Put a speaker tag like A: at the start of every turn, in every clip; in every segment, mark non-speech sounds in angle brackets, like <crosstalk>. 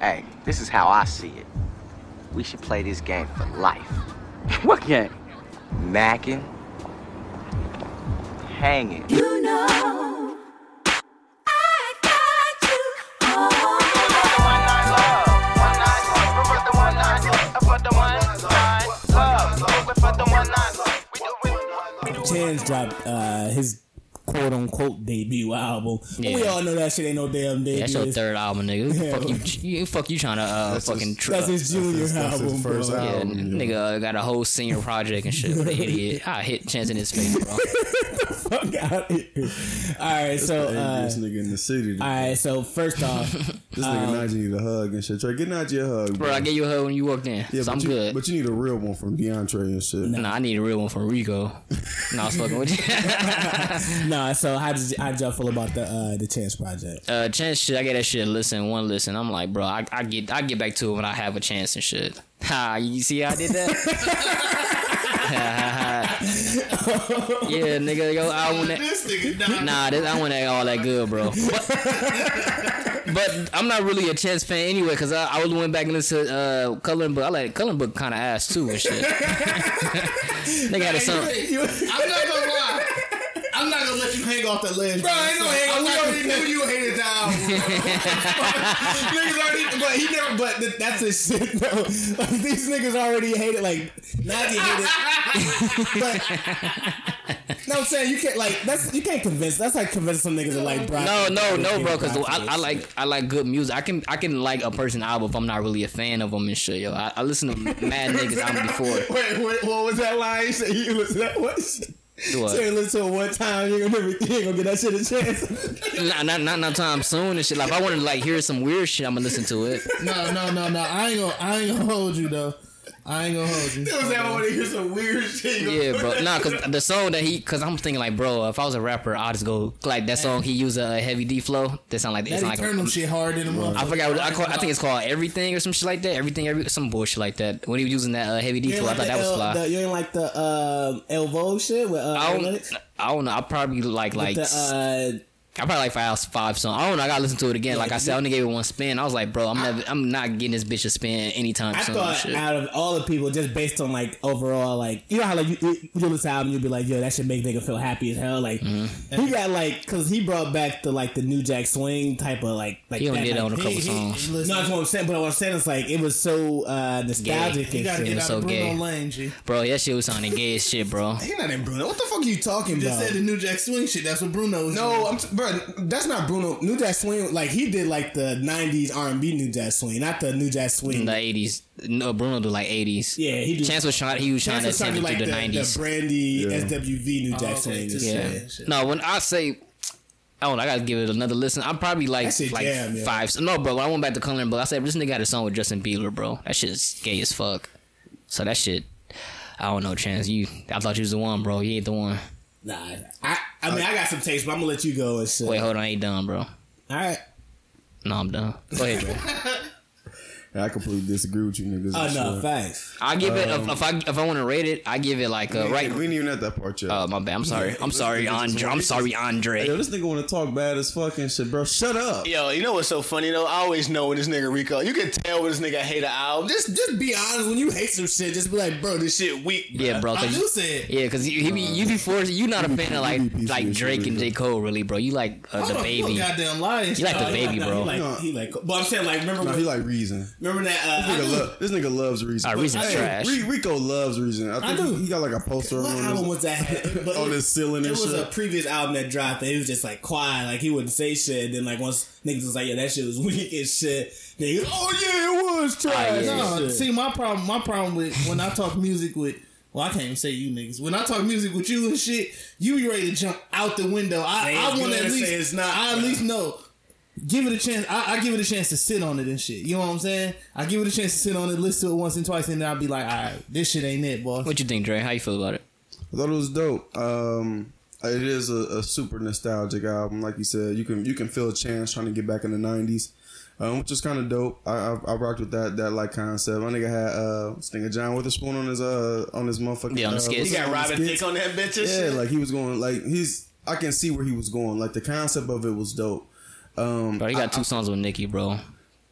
A: Hey, this is how I see it. We should play this game for life.
B: <laughs> What game?
A: Macking, hanging.
C: You know, I got you all.
D: Chance dropped uh, his quote unquote debut album. But We
E: Yeah.
D: all know that shit ain't no damn debut.
E: That's your
D: It's-
E: third album,
F: <laughs>
E: nigga. Who the
D: Yeah.
E: fuck you, you fuck you trying to uh,
F: That's um,
E: fucking
F: his-
E: tr-
D: That's his junior
F: his- that's his
D: album,
F: first
D: bro.
F: album.
E: yeah, n- nigga got a whole senior project and shit. What an idiot! I hit Chance in his face,
F: <laughs>
E: bro.
D: <laughs> Fuck out of here. All right, so uh,
F: this nigga in the city.
D: all right, so first off,
F: this nigga Najee need a hug and shit. Trey, get Najee a hug,
E: Bro, I gave you a hug when you walked in.
F: Yeah,
E: so
F: but
E: I'm
F: you,
E: good.
F: But you need a real one from DeAndre and shit.
E: nah, I need a real one from Rico. nah, I was fucking with
F: <laughs>
E: you.
D: nah. So how did how did y'all feel about the uh, the Chance project?
E: uh, chance shit, I get that shit. Listen, one listen. I'm like, bro, I, I get, I get back to it when I have a chance and shit. <laughs> Ha, you see how I did that? <laughs> yeah, nigga, yo, I want that. Nah, this, I want that all that good, bro. But, but I'm not really a chance fan anyway, cause I, I went back and listened to uh, Cullen Book. I like Cullen Book kind of ass too and shit. <laughs> nigga had a song.
D: <laughs>
G: I'm not gonna lie. I'm not gonna let you hang off that ledge. Bro,
D: ain't no hang
G: I
D: off that
G: already knew you hated that album.
D: <laughs> niggas already, but he never. But th- that's his shit though. <laughs> Like, these niggas already hate it. Like Najee hate it. but no, I'm saying you can't like that's you can't convince. That's like convincing some niggas to like Brock. <laughs>
E: No, no, no, bro. Because
D: Brock
E: I, I
D: and
E: like I like good music. I can I can like a person album if I'm not really a fan of them and shit. Yo, I, I listen to mad niggas album before.
D: Wait, wait, what was that line? You said you listen to that what?
E: What?
D: Say you listen to it one time, you ain't gonna, never, you ain't gonna get that shit a chance. <laughs>
E: Not not not not time soon and shit. Like if I want to like hear some weird shit, I'm gonna listen to it.
G: No, no, no, no. I ain't gonna, I ain't gonna hold you though. I ain't gonna hold you.
D: was that one to hear some weird shit.
E: Yeah, bro. Nah, cause the song that he, cause I'm thinking like, bro, if I was a rapper, I'd just go like that song he used a heavy D flow. That sound like that
G: That
E: sound like.
G: eternal shit hard in the motherfucker.
E: I forgot. What, I, call, I
D: <laughs>
E: think it's called everything or some shit like that. Everything, every some bullshit like that. When he was using that uh, heavy D
D: You ain't
E: flow, I
D: like
E: thought
D: the
E: that was
D: El-
E: fly.
D: the- you ain't like the um, Elvo shit with uh,
E: I
D: Alex?
E: don't. I don't know. I probably like like
D: the, uh,
E: I probably like five five songs. I don't know. I gotta listen to it again. Like I said, I only gave it one spin. I was like, bro, I'm never, I'm not getting this bitch a spin anytime
D: I
E: soon.
D: thought
E: Shit.
D: out of all the people, just based on like overall, like you know how like you, you, you listen to album, you'd be like, yo, that should make nigga feel happy as hell. Like
E: Mm-hmm.
D: he got like because he brought back the like the New Jack Swing type of like like
E: he only
D: that,
E: did it
D: like,
E: on a couple
G: he- he-
E: songs.
D: No,
G: Listen,
D: that's what I'm saying. But what I'm saying is like it was so uh, nostalgic
G: you
E: Gay.
D: and
G: gotta
D: shit.
G: get
E: was
G: out
E: so
G: of Bruno
E: gay.
G: Lane, G.
E: Bro, that shit was sounding gay as
D: <laughs>
E: shit, bro.
D: He not in Bruno. What the fuck are you talking
G: Just said the New Jack Swing shit. That's what Bruno was.
D: no, I'm t- bro. That's not Bruno. New Jack Swing, like he did, like the '90s R&B New Jack Swing, not the New Jack Swing.
E: In the eighties, no, Bruno do like eighties.
D: yeah, he did.
E: Chance was trying. He was trying to
D: Chance
E: send
D: was
E: it
D: like the,
E: through the
D: the
E: nineties. Oh,
D: Brandy SWV New Jack
G: okay,
D: Swing. and
G: just
D: shit.
E: Yeah.
G: Yeah, shit.
E: No, when I say. I don't know, I gotta give it another listen. I'm probably like
D: That shit
E: like
D: jam, yeah.
E: five. No, bro. When I went back to Coloring Book, I said this nigga had a song with Justin Bieber, bro. That shit's gay as fuck. So that shit, I don't know. Chance, you, I thought you was the one, bro. You ain't the one.
D: Nah, I, I mean, I got some taste, but I'm gonna let you go and shit.
E: Wait, hold on, I ain't done, bro.
D: All right.
E: No, I'm done. Go ahead, bro.
F: I completely disagree with you niggas.
D: Oh
F: and
D: no,
F: shit.
D: facts.
E: <laughs> I give it if, if I if I want to rate it, I give it like a right.
F: We ain't even at that part yet.
E: Oh my bad. I'm sorry. I'm sorry, Andre. I'm sorry,
F: Yo,
E: Andre.
F: this nigga want to talk bad as fuck and shit, bro. Shut up.
H: Yo, you know what's so funny though? I always know when this nigga Rico. You can tell when this nigga hate an album. This
D: Just, just be honest. When you hate some shit, just be like, bro, this shit.
H: shit weak.
E: Yeah, bro.
G: I
E: 'cause-
G: do say it.
E: yeah, because you, he be- you be forced. You not a fan of like
F: you be piece
E: like
F: of shit,
E: Drake and
F: really.
E: J Cole, really, bro. You like uh,
G: Hold
E: the
G: on, you a
E: baby.
G: Goddamn lying.
E: You like the
G: Oh,
E: baby,
D: Nah, He
E: bro.
D: like, he like, but I'm saying like, remember,
F: No,
D: when,
F: he like reason.
D: remember that? Uh,
F: This
D: I
F: nigga,
D: knew-
F: lo- this nigga loves reason.
E: Ah,
F: But,
E: Reason's trash.
F: Re- Rico loves reason. I think
D: I do.
F: he got like a poster
D: what
F: on
D: album
F: his,
D: was that? But
F: on
D: it-
F: his ceiling
D: It
F: and
D: was
F: shit.
D: a previous album that dropped. And it was just like quiet, like he wouldn't say shit. And then like once niggas was like, "Yo, that shit
G: <laughs>
D: was weak and shit." Then he, oh yeah, it was trash.
E: yeah.
D: and
G: No,
D: shit."
G: see my problem. My problem with when I talk music with. Well, I can't even say you niggas. When I talk music with you and shit, you be ready to jump out the window. I,
D: Say
G: I
D: it's
G: want to
D: good,
G: at least.
D: say it's not,
G: I at
D: bro.
G: least know. Give it a chance. I, I give it a chance to sit on it and shit. You know what I'm saying? I give it a chance to sit on it, listen to it once and twice, and then I'll be like, all right, this shit ain't it, boss.
E: What you think, Dre? How you feel about it?
F: I thought it was dope. Um, it is a, a super nostalgic album, like you said. You can you can feel a chance trying to get back in the '90s, um, which is kind of dope. I, I I rocked with that that like concept. My nigga had uh, this nigga John Witherspoon on his uh on his motherfucking
E: Yeah, on the
F: uh,
E: skits.
H: He got
F: on the
H: Robin
F: skits.
H: Thicke on that bitch. and
F: Yeah,
H: shit.
F: like he was going like he's. I can see where he was going. Like the concept of it was dope. Um,
E: Bro, he got two songs with Nicki, bro.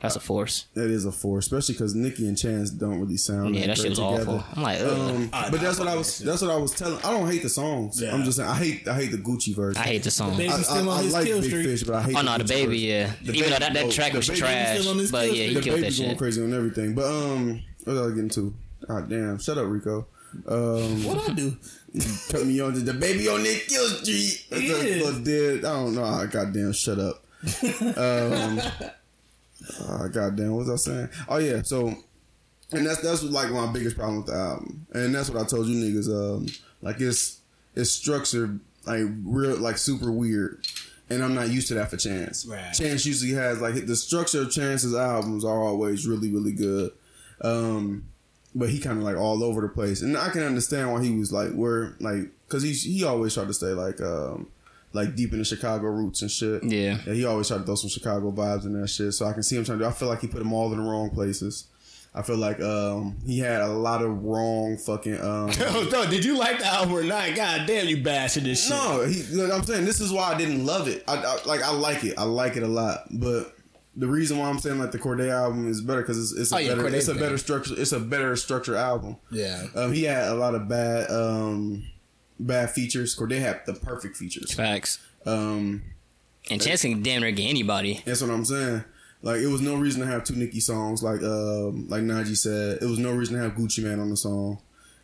E: That's a force.
F: That is a four, especially because Nicki and Chance don't really sound.
E: Yeah, that
F: great
E: shit was
F: together.
E: awful. I'm like, ugh.
F: Um,
H: Oh,
F: but that's what I was. That's what I was telling. I don't hate the songs. I'm just saying I hate. I hate the Gucci version.
E: I hate the song.
F: I,
I: Baby's
F: I,
I: still on
F: I
I: his
F: like
I: kill
F: Big
I: streak.
F: Fish, but I hate.
E: Oh no, the
F: Gucci
E: baby,
F: version.
E: yeah.
F: The
E: Even
F: baby-
E: though that, that
F: oh,
E: track
F: the
E: was
F: baby-
E: trash,
I: still on this
E: but
I: kill
E: yeah, he
F: the
E: killed that
F: baby's going
E: shit.
F: crazy on everything. But um, what was I getting to? God damn! Shut up, Rico. Um,
I: What
F: <laughs>
I: I do?
F: cut me on to the baby on that kill street. That's a
I: Yeah.
F: little dead. I don't know. Ah, Goddamn, shut
I: <laughs>
F: up. um, uh, goddamn, what was I saying? Oh yeah, so and that's that's like my biggest problem with the album, and that's what I told you niggas. Um, like it's it's structured like real like super weird. And I'm not used to that for Chance.
I: Right.
F: Chance usually has like the structure of Chance's albums are always really really good. Um, but he kind of like all over the place, and I can understand why he was like where like because he he always tried to stay like um like deep in the Chicago roots and shit.
E: Yeah.
F: he always tried to throw some Chicago vibes in that shit. So I can see him trying to. I feel like he put them all in the wrong places. I feel like um he had a lot of wrong fucking
J: <laughs>
F: um.
J: <laughs> Oh, no, did you like the album or not? God damn, you bastard this shit.
F: No, he, look, I'm saying this is why I didn't love it. I, I like I like it. I like it a lot, but the reason why I'm saying like the Corday album is better because it's, it's a
J: Oh, yeah,
F: better
J: Corday's
F: it's a better
J: better.
F: structure it's a better structure album.
J: Yeah.
F: um, he had a lot of bad um bad features. Corday had the perfect features.
E: Facts.
F: Um,
E: And Chance can damn near get anybody.
F: that's what I'm saying. Like it was no reason to have two Nicki songs. Like um like Najee said, it was no reason to have Gucci Man on the song.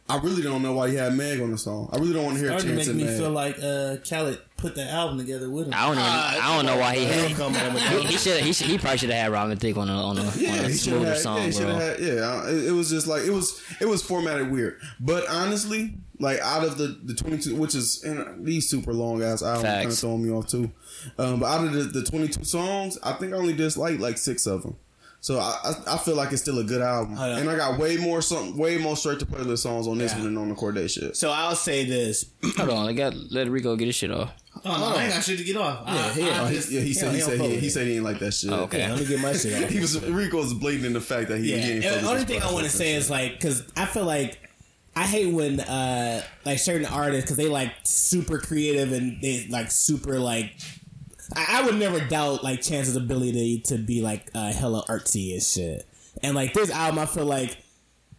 F: I really don't know why he had Meg on the song. I really don't want to hear
I: Starting to
F: Chance
I: make
F: and
I: me
F: Meg.
I: feel like uh, Khaled put the album together with him.
E: I don't even,
G: Uh,
E: I don't know why he had.
J: Come on with that.
E: He,
F: <laughs>
E: he should he should he probably should have had Robin Thicke on a on a, on
F: Yeah,
E: a
F: he should
E: smoother
F: have.
E: song,
F: yeah, he shoulda
E: bro.
F: had- yeah, I- it, it was just like it was. It was formatted weird. But honestly, like out of the the twenty two, which is and these super long ass albums, kind of
E: Facts.
F: throwing me off too. Um, but out of the, the twenty two songs, I think I only disliked like six of them. So I, I I feel like it's still a good album,
J: yeah.
F: and I got way more some way more straight to playlist songs on this one than on the Corday shit.
J: So I'll say this.
E: Hold on, I got let Rico get his shit off.
I: Oh, no, I ain't got shit to get off. I- I
F: Oh, he,
I: just-
F: yeah, he said he
J: don't
F: said
J: fuck
F: he,
J: with
F: he
J: it.
F: said he didn't like that shit.
E: Oh, okay.
J: Let me get my <laughs> shit off.
F: <laughs> He was Rico was blatant in the fact that he,
D: Yeah.
F: he
D: and
F: didn't.
D: the
F: fuck with
D: only
F: this
D: thing I
F: project.
D: want to say is like, because I feel like I hate when uh like certain artists because they like super creative and they like super like. I, I would never doubt like Chance's ability to be like uh, hella artsy and shit. And like this album, I feel like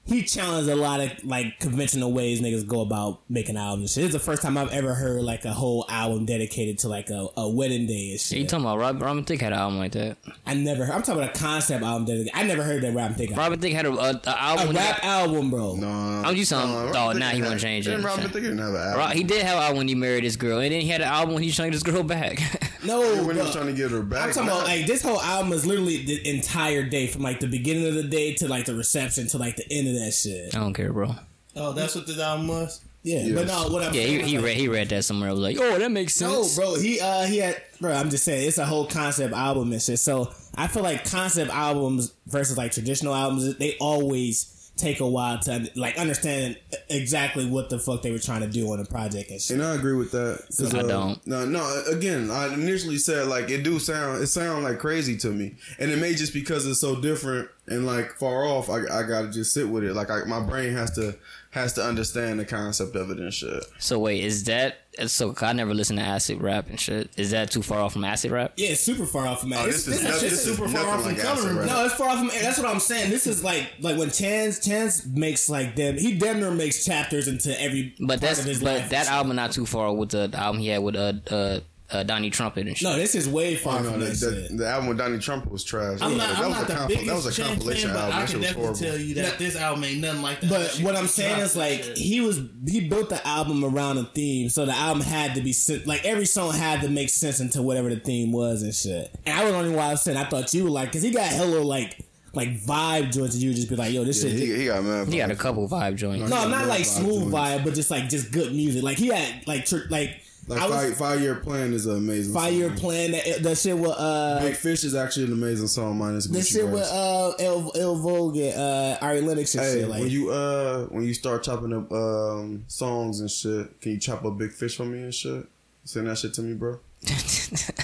D: he challenged a lot of like conventional ways niggas go about making albums. And shit. This is the first time I've ever heard like a whole album dedicated to like a, a wedding day and shit.
E: You talking about Rob, Robin Thicke had an album like that?
D: I never. Heard, I'm talking about a concept album dedicated. I never heard that rap thing.
E: Robin Thicke had a, a, a
D: A
E: album.
D: rap album, bro.
E: I'm just saying.
F: Uh,
E: oh,
F: Robin
E: now he
F: Thicke
E: want to
F: had-
E: change it.
F: didn't Robin Thicke didn't have an album.
E: Ro- he did have an album when he married his girl, and then he had an album when he trying this girl back. <laughs>
D: No,
F: when he was
D: bro.
F: trying to get her back.
D: I'm talking about like this whole album is literally the entire day from like the beginning of the day to like the reception to like the end of that shit.
E: I don't care, bro.
I: Oh, that's what the album was.
D: Yeah, but no, what I'm
E: Yeah, he,
D: saying,
E: he
D: like,
E: read he read that somewhere. I was like, oh, that makes
D: no,
E: sense.
D: bro, he uh he had bro. I'm just saying it's a whole concept album and shit. So I feel like concept albums versus like traditional albums, they always take a while to like understand exactly what the fuck they were trying to do on the project and shit.
F: and I agree with that. 'cause,
E: I
F: uh,
E: don't.
F: No, no. Again, I initially said like it do sound it sound like crazy to me, and it may just because it's so different and like far off. I, I gotta just sit with it. Like I, my brain has to has to understand the concept of it and shit.
E: So wait, is that so? I never listened to acid rap and shit. Is that too far off from acid rap?
D: Yeah, it's super far off, man.
F: Oh,
D: It's-
F: this, is,
D: this
F: nothing-
D: shit
F: this is
D: super
F: nothing like acid rap.
D: No, it's far from. That's what I'm saying. This is like like when Chance Chance makes like them. He damn near makes chapters into every
E: But
D: part
E: that's
D: of his
E: but
D: life.
E: that album not too far with the, the album he had with uh uh, uh Donnie Trumpet and shit.
D: no, this is way far
F: Oh, No,
D: from
F: the,
D: that
F: the,
D: shit.
F: the album with Donnie Trump was trash.
I: I'm not,
F: that,
I: I'm
F: was
I: not
F: a
I: the
F: compla-
I: biggest
F: that was a
I: Chance
F: compilation
I: fan, but
F: album.
I: I
F: That shit
I: can
F: was
I: definitely
F: horrible.
I: tell you that this album ain't nothing like that.
D: But
I: She
D: what I'm
I: dropped
D: saying is
I: that
D: like
I: shit.
D: he was he built the album around a theme, so the album had to be sen- like every song had to make sense into whatever the theme was and shit. And I was only why I was saying I thought you were like because he got hello like like vibe joints and you would just be like yo this
F: Yeah,
D: shit
F: he, he got mad.
E: he
F: about
E: got a
F: it.
E: couple vibe joints.
D: No,
F: Yeah,
D: not
F: more
D: like
F: vibe
D: smooth
F: joints.
D: vibe, but just like just good music. Like he had like tr- like,
F: Like
D: I was
F: five, five year plan is an amazing.
D: five year
F: song.
D: plan that that shit with uh
F: Big Fish is actually an amazing song. Minus
D: this
F: Gucci
D: shit
F: Verse.
D: with uh El El Vogue and uh Ari Lennox and
F: Hey,
D: shit. Like
F: when you uh when you start chopping up um songs and shit, can you chop up big fish for me and shit? Send that shit to me, bro.
E: <laughs>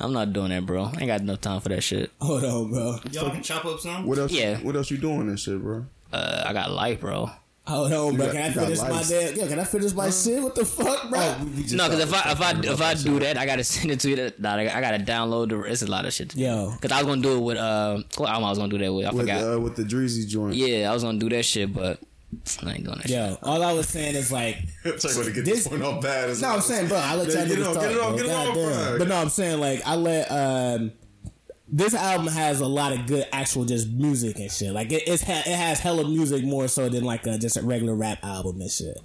E: I'm not doing that, bro. I ain't got enough time for that shit.
D: hold on, bro. Um,
I: Y'all can chop up some.
F: What else?
E: Yeah.
F: What else you doing and shit, bro?
E: Uh, I got life, bro.
D: Hold on, bro.
F: got-
D: Can I
F: you got
D: finish my
F: lights.
D: damn? Yo, can I finish my shit? What the fuck, bro?
F: Oh, we- we just
E: No, because if I
F: started
E: if I
F: talking
E: if
F: about
E: I
F: that
E: do
F: shit.
E: that, I gotta <laughs> send it to you. That, that I, I gotta download the. It's a lot of shit.
D: Yo.
E: because I was gonna do it with uh, what album I was gonna do that with? I
F: with
E: forgot.
F: uh, with the Dreezy joint, <laughs>
E: yeah, I was gonna do that shit, but <sniffs> I ain't doing that. shit.
D: Yo, all I was saying is like,
F: It's like when to get
D: This-
F: this one off bad. as
D: no, I'm saying, bro, I let y'all
F: Get it
D: niggas
F: off,
D: talk.
F: get it off,
D: bro.
F: get it off,
D: Goddamn.
F: bro.
D: But no, I'm saying like I let um, this album has a lot of good actual just music and shit. Like it, it's ha- it has hella music more so than like a, just a regular rap album and shit.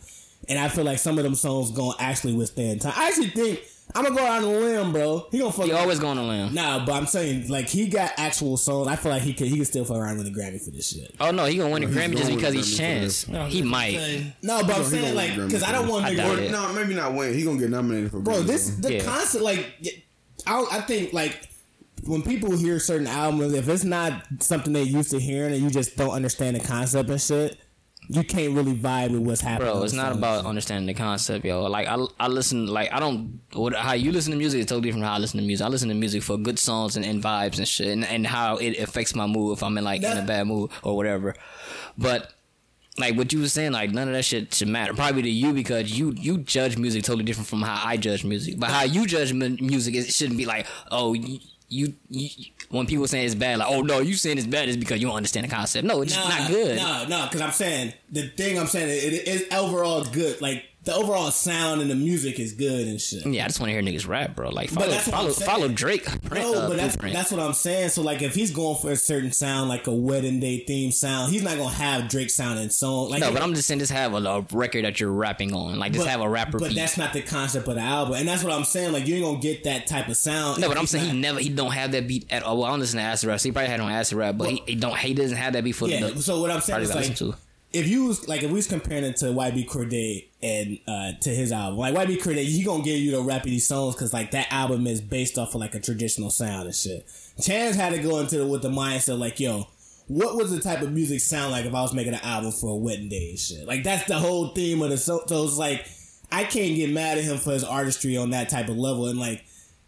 D: And I feel like some of them songs gonna actually withstand time. I actually think I'm gonna go out on a limb, bro. He gonna fuck.
E: You always going to land.
D: Nah, but I'm saying like he got actual songs. I feel like he could he could still fuck around with the Grammy for this shit.
E: Oh no, he gonna win the Grammy just
F: going
E: because
F: to
E: he's
F: Grammy for
E: Chance. He might.
D: No, but I'm
F: he
D: saying
F: gonna
D: like
F: win Grammy
D: because I
F: for
D: don't
F: this.
D: want
E: I
D: niggas
E: doubt
F: Or,
E: it.
F: no, maybe not Wayne. He gonna get nominated for
D: bro.
F: Grammy,
D: This
F: though.
D: the
E: Yeah.
D: concept, like I, I think, like when people hear certain albums, if it's not something they used to hearing and you just don't understand the concept and shit, you can't really vibe with what's happening.
E: Bro, it's not
D: So,
E: about understanding the concept, yo. Like I, I listen, like I don't. What, how you listen to music is totally different from how I listen to music. I listen to music for good songs and, and vibes and shit, and, and how it affects my mood if I'm in like in a
D: That-
E: bad mood or whatever. But like what you were saying, like none of that shit should matter. Probably to you because you you judge music totally different from how I judge music. But how you judge mu- music, it shouldn't be like oh. You, you, you when people saying it's bad, like oh no, you saying it's bad is because you don't understand the concept. No, it's just not good.
D: No, no, because I'm saying the thing I'm saying it, it is overall good. Like the overall sound and the music is good and shit.
E: Yeah, I just want to hear niggas rap, bro. Like follow,
D: that's what
E: follow,
D: I'm saying.
E: follow Drake. Print,
D: No,
E: uh,
D: but that's
E: blueprint.
D: that's what I'm saying. So like, if he's going for a certain sound, like a wedding day theme sound, he's not gonna have Drake sound and song. Like,
E: no, but I'm just saying, just have a, a record that you're rapping on. Like just have a rapper.
D: But
E: beat.
D: that's not the concept of the album, and that's what I'm saying. Like you ain't gonna get that type of sound.
E: no,
D: if
E: but I'm
D: he's
E: saying
D: not-
E: he never, he don't have that beat at all. Well, I don't listen to acid rap, so he probably had on acid rap, but he, he don't, he doesn't have that beat for
D: Yeah.
E: the.
D: so what I'm saying
E: Probably
D: is
E: I listen
D: like,
E: to.
D: if you was like, if we was comparing it to YB Cordae and uh to his album, like YB Cordae, he gonna give you the rappity songs because like that album is based off of like a traditional sound and shit. Chance had to go into it with the mindset like, yo. What was the type of music sound like if I was making an album for a wedding day and shit? Like that's the whole theme of the so. So it's like I can't get mad at him for his artistry on that type of level, and like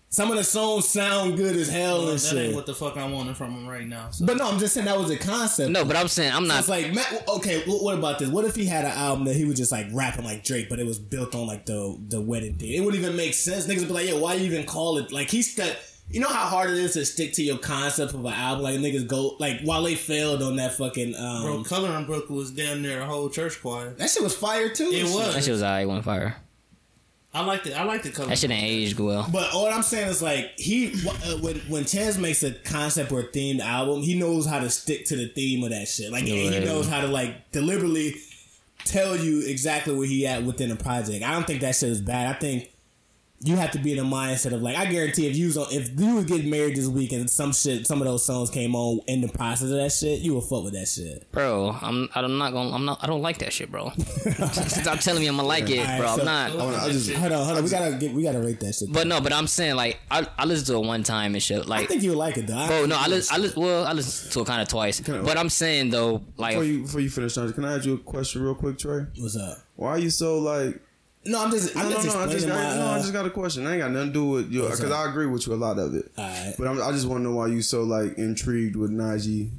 D: some of the songs sound good as hell and
I: that
D: shit.
I: ain't what the fuck I'm wanting from him right now. So.
D: But no, I'm just saying that was a concept.
E: No, but I'm saying I'm not.
D: It's like, Matt, okay, wh- what about this? What if he had an album that he was just like rapping like Drake, but it was built on like the the wedding thing? It wouldn't even make sense. Niggas would be like, yeah, why you even call it? Like, he's stuck. You know how hard it is to stick to your concept of an album? Like, niggas go, like, Wale failed on that fucking. Um,
I: Bro, Coloring Book was damn near a whole church choir.
D: that shit was fire too.
I: It
E: that
I: was.
E: shit was alright on fire.
I: I liked it. I liked the color.
E: That shit ain't aged well.
D: But all I'm saying is like he wh- uh, when when Chance makes a concept or a themed album, he knows how to stick to the theme of that shit. Like and he
E: Right.
D: knows how to like deliberately tell you exactly where he at within a project. I don't think that shit is bad. I think you have to be in a mindset of like I guarantee if you was on, if you would get married this week and some shit some of those songs came on in the process of that shit, you would fuck with that shit.
E: Bro, I'm I'm not gonna I'm not I don't like that shit,
D: <laughs>
E: bro. Stop telling me I'm gonna like it,
D: Alright,
E: bro.
D: so-
E: I'm not.
F: I, wanna, I just
D: Hold on, hold on. We gotta get we gotta rate that shit.
E: But no, but I'm saying like I I listened to it one time and shit.
D: I
E: Like
D: think you would like it though.
E: Bro, Oh, no, I listen. I lis- well, I listened to it kind of twice, but I'm saying though, like,
F: before you before you finish, Nigel, can I ask you a question real quick, Trey?
D: What's up?
F: Why are you so like?
D: No, I'm just
F: No,
D: I'm
F: no,
D: just
F: no. I just
D: explaining
F: got,
D: my.
F: no, I
D: uh,
F: just got a question. I ain't got nothing to do with you because I agree with you a lot of it.
D: Alright.
F: But I'm, I just want to know why you so like intrigued with Najee,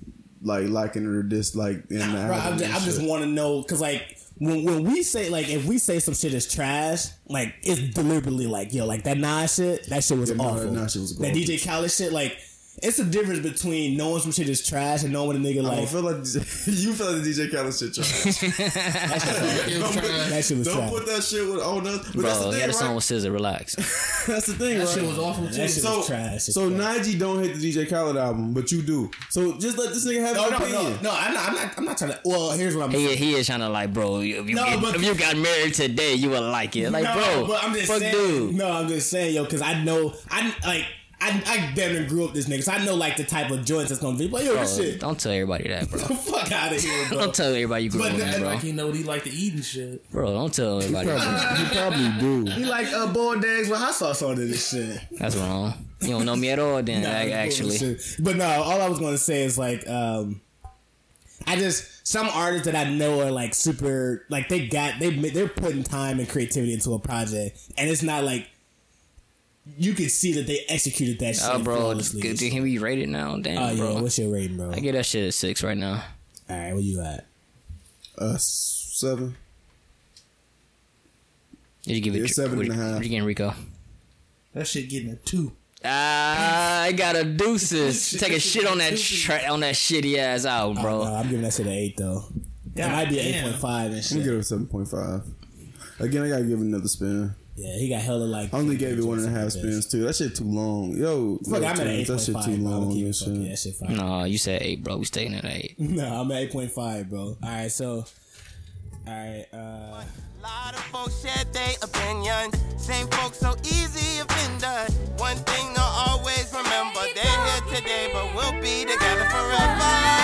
F: like liking it or dislike in the
D: Bro,
F: album
D: I'm
F: and
D: just, I
F: shit.
D: just want to know because like when, when we say like if we say some shit is trash, like it's deliberately like yo like that Nas shit that shit was
F: no,
D: awful.
F: that Nas shit was
D: that DJ Khaled shit like it's the difference between knowing some shit is trash and knowing a nigga
F: I
D: like
F: don't feel like <laughs> you feel like the DJ Khaled shit. Trash. don't <laughs> put,
D: <laughs> that shit was
F: don't
D: trash.
F: put that shit with on us. But that's
E: bro,
F: the
E: he
F: thing,
E: had a song
F: <laughs> right?
E: with Scissor. Relax.
F: That's the thing, right?
I: That shit was awful too.
D: That shit
F: So,
D: was trash.
F: so Najee don't hate the DJ Khaled album, but you do. So just let this nigga have
D: no,
F: an
D: no,
F: opinion.
D: no, no, I'm not, I'm not, I'm not trying to. Well, here's what I'm. saying.
E: he, he is trying to like, bro. If you,
D: No,
E: if,
D: but-
E: if you got married today, you would like it. Like, bro,
D: but I'm just
E: fuck
D: saying,
E: dude.
D: No, I'm just saying, yo, because I know I like. I, I damn near grew up this nigga, so I know like the type of joints that's gonna be. But yo,
E: Bro,
D: this shit,
E: Don't tell everybody that, bro.
D: <laughs> fuck out of here, bro.
E: <laughs> Don't tell everybody you grew
D: But
E: up with
D: that-
E: that, bro.
I: Like he know he liked the eating shit.
E: Bro, don't tell everybody.
F: You probably do.
D: He like uh, boiled eggs with hot sauce on it and shit.
E: That's wrong. You don't know me at all,
D: <laughs>
E: then.
D: Nah,
E: ac-
D: it's
E: actually,
D: bullshit. But no, all I was going to say is like, um, I just some artists that I know are like super, like they got they ma- they're putting time and creativity into a project, and it's not like you could see that they executed that shit
E: oh, bro,
D: flawlessly.
E: good- can we rate it now? Damn,
D: Oh yeah,
E: bro.
D: what's your rating, bro?
E: I get that shit a six right now.
D: all right, where you at?
F: Us Uh, seven.
E: Did you give it
F: Yeah, seven
E: what,
F: and a half.
E: what you getting, Rico?
I: That shit getting a two.
E: Ah, I got a deuces. Take a shit on that tra- on that shitty ass album,
D: Oh,
E: bro.
D: I'm giving that shit an eight though.
I: God
D: it might be an eight
I: damn.
D: point five and
F: I'm
D: shit.
F: gonna give it a seven point five. Again, I gotta give it another spin.
D: Yeah, he got hella like.
F: I only gave it one and a half
D: Fuck,
F: spins too. That shit too long. Yo,
D: I'm
F: yo,
D: at an eight point
F: Terrence, that shit
D: five.
F: too
D: bro.
F: long.
D: Keep it
F: and
D: fucking-
F: shit.
D: That shit fire.
E: No, you said eight, bro. We staying at eight.
D: <laughs> No, I'm at eight point five, bro. All right, so. All right, uh,
H: lot of folks share their opinions. Same folks so easy offended. One thing to always remember: they're here today, but we'll be together forever.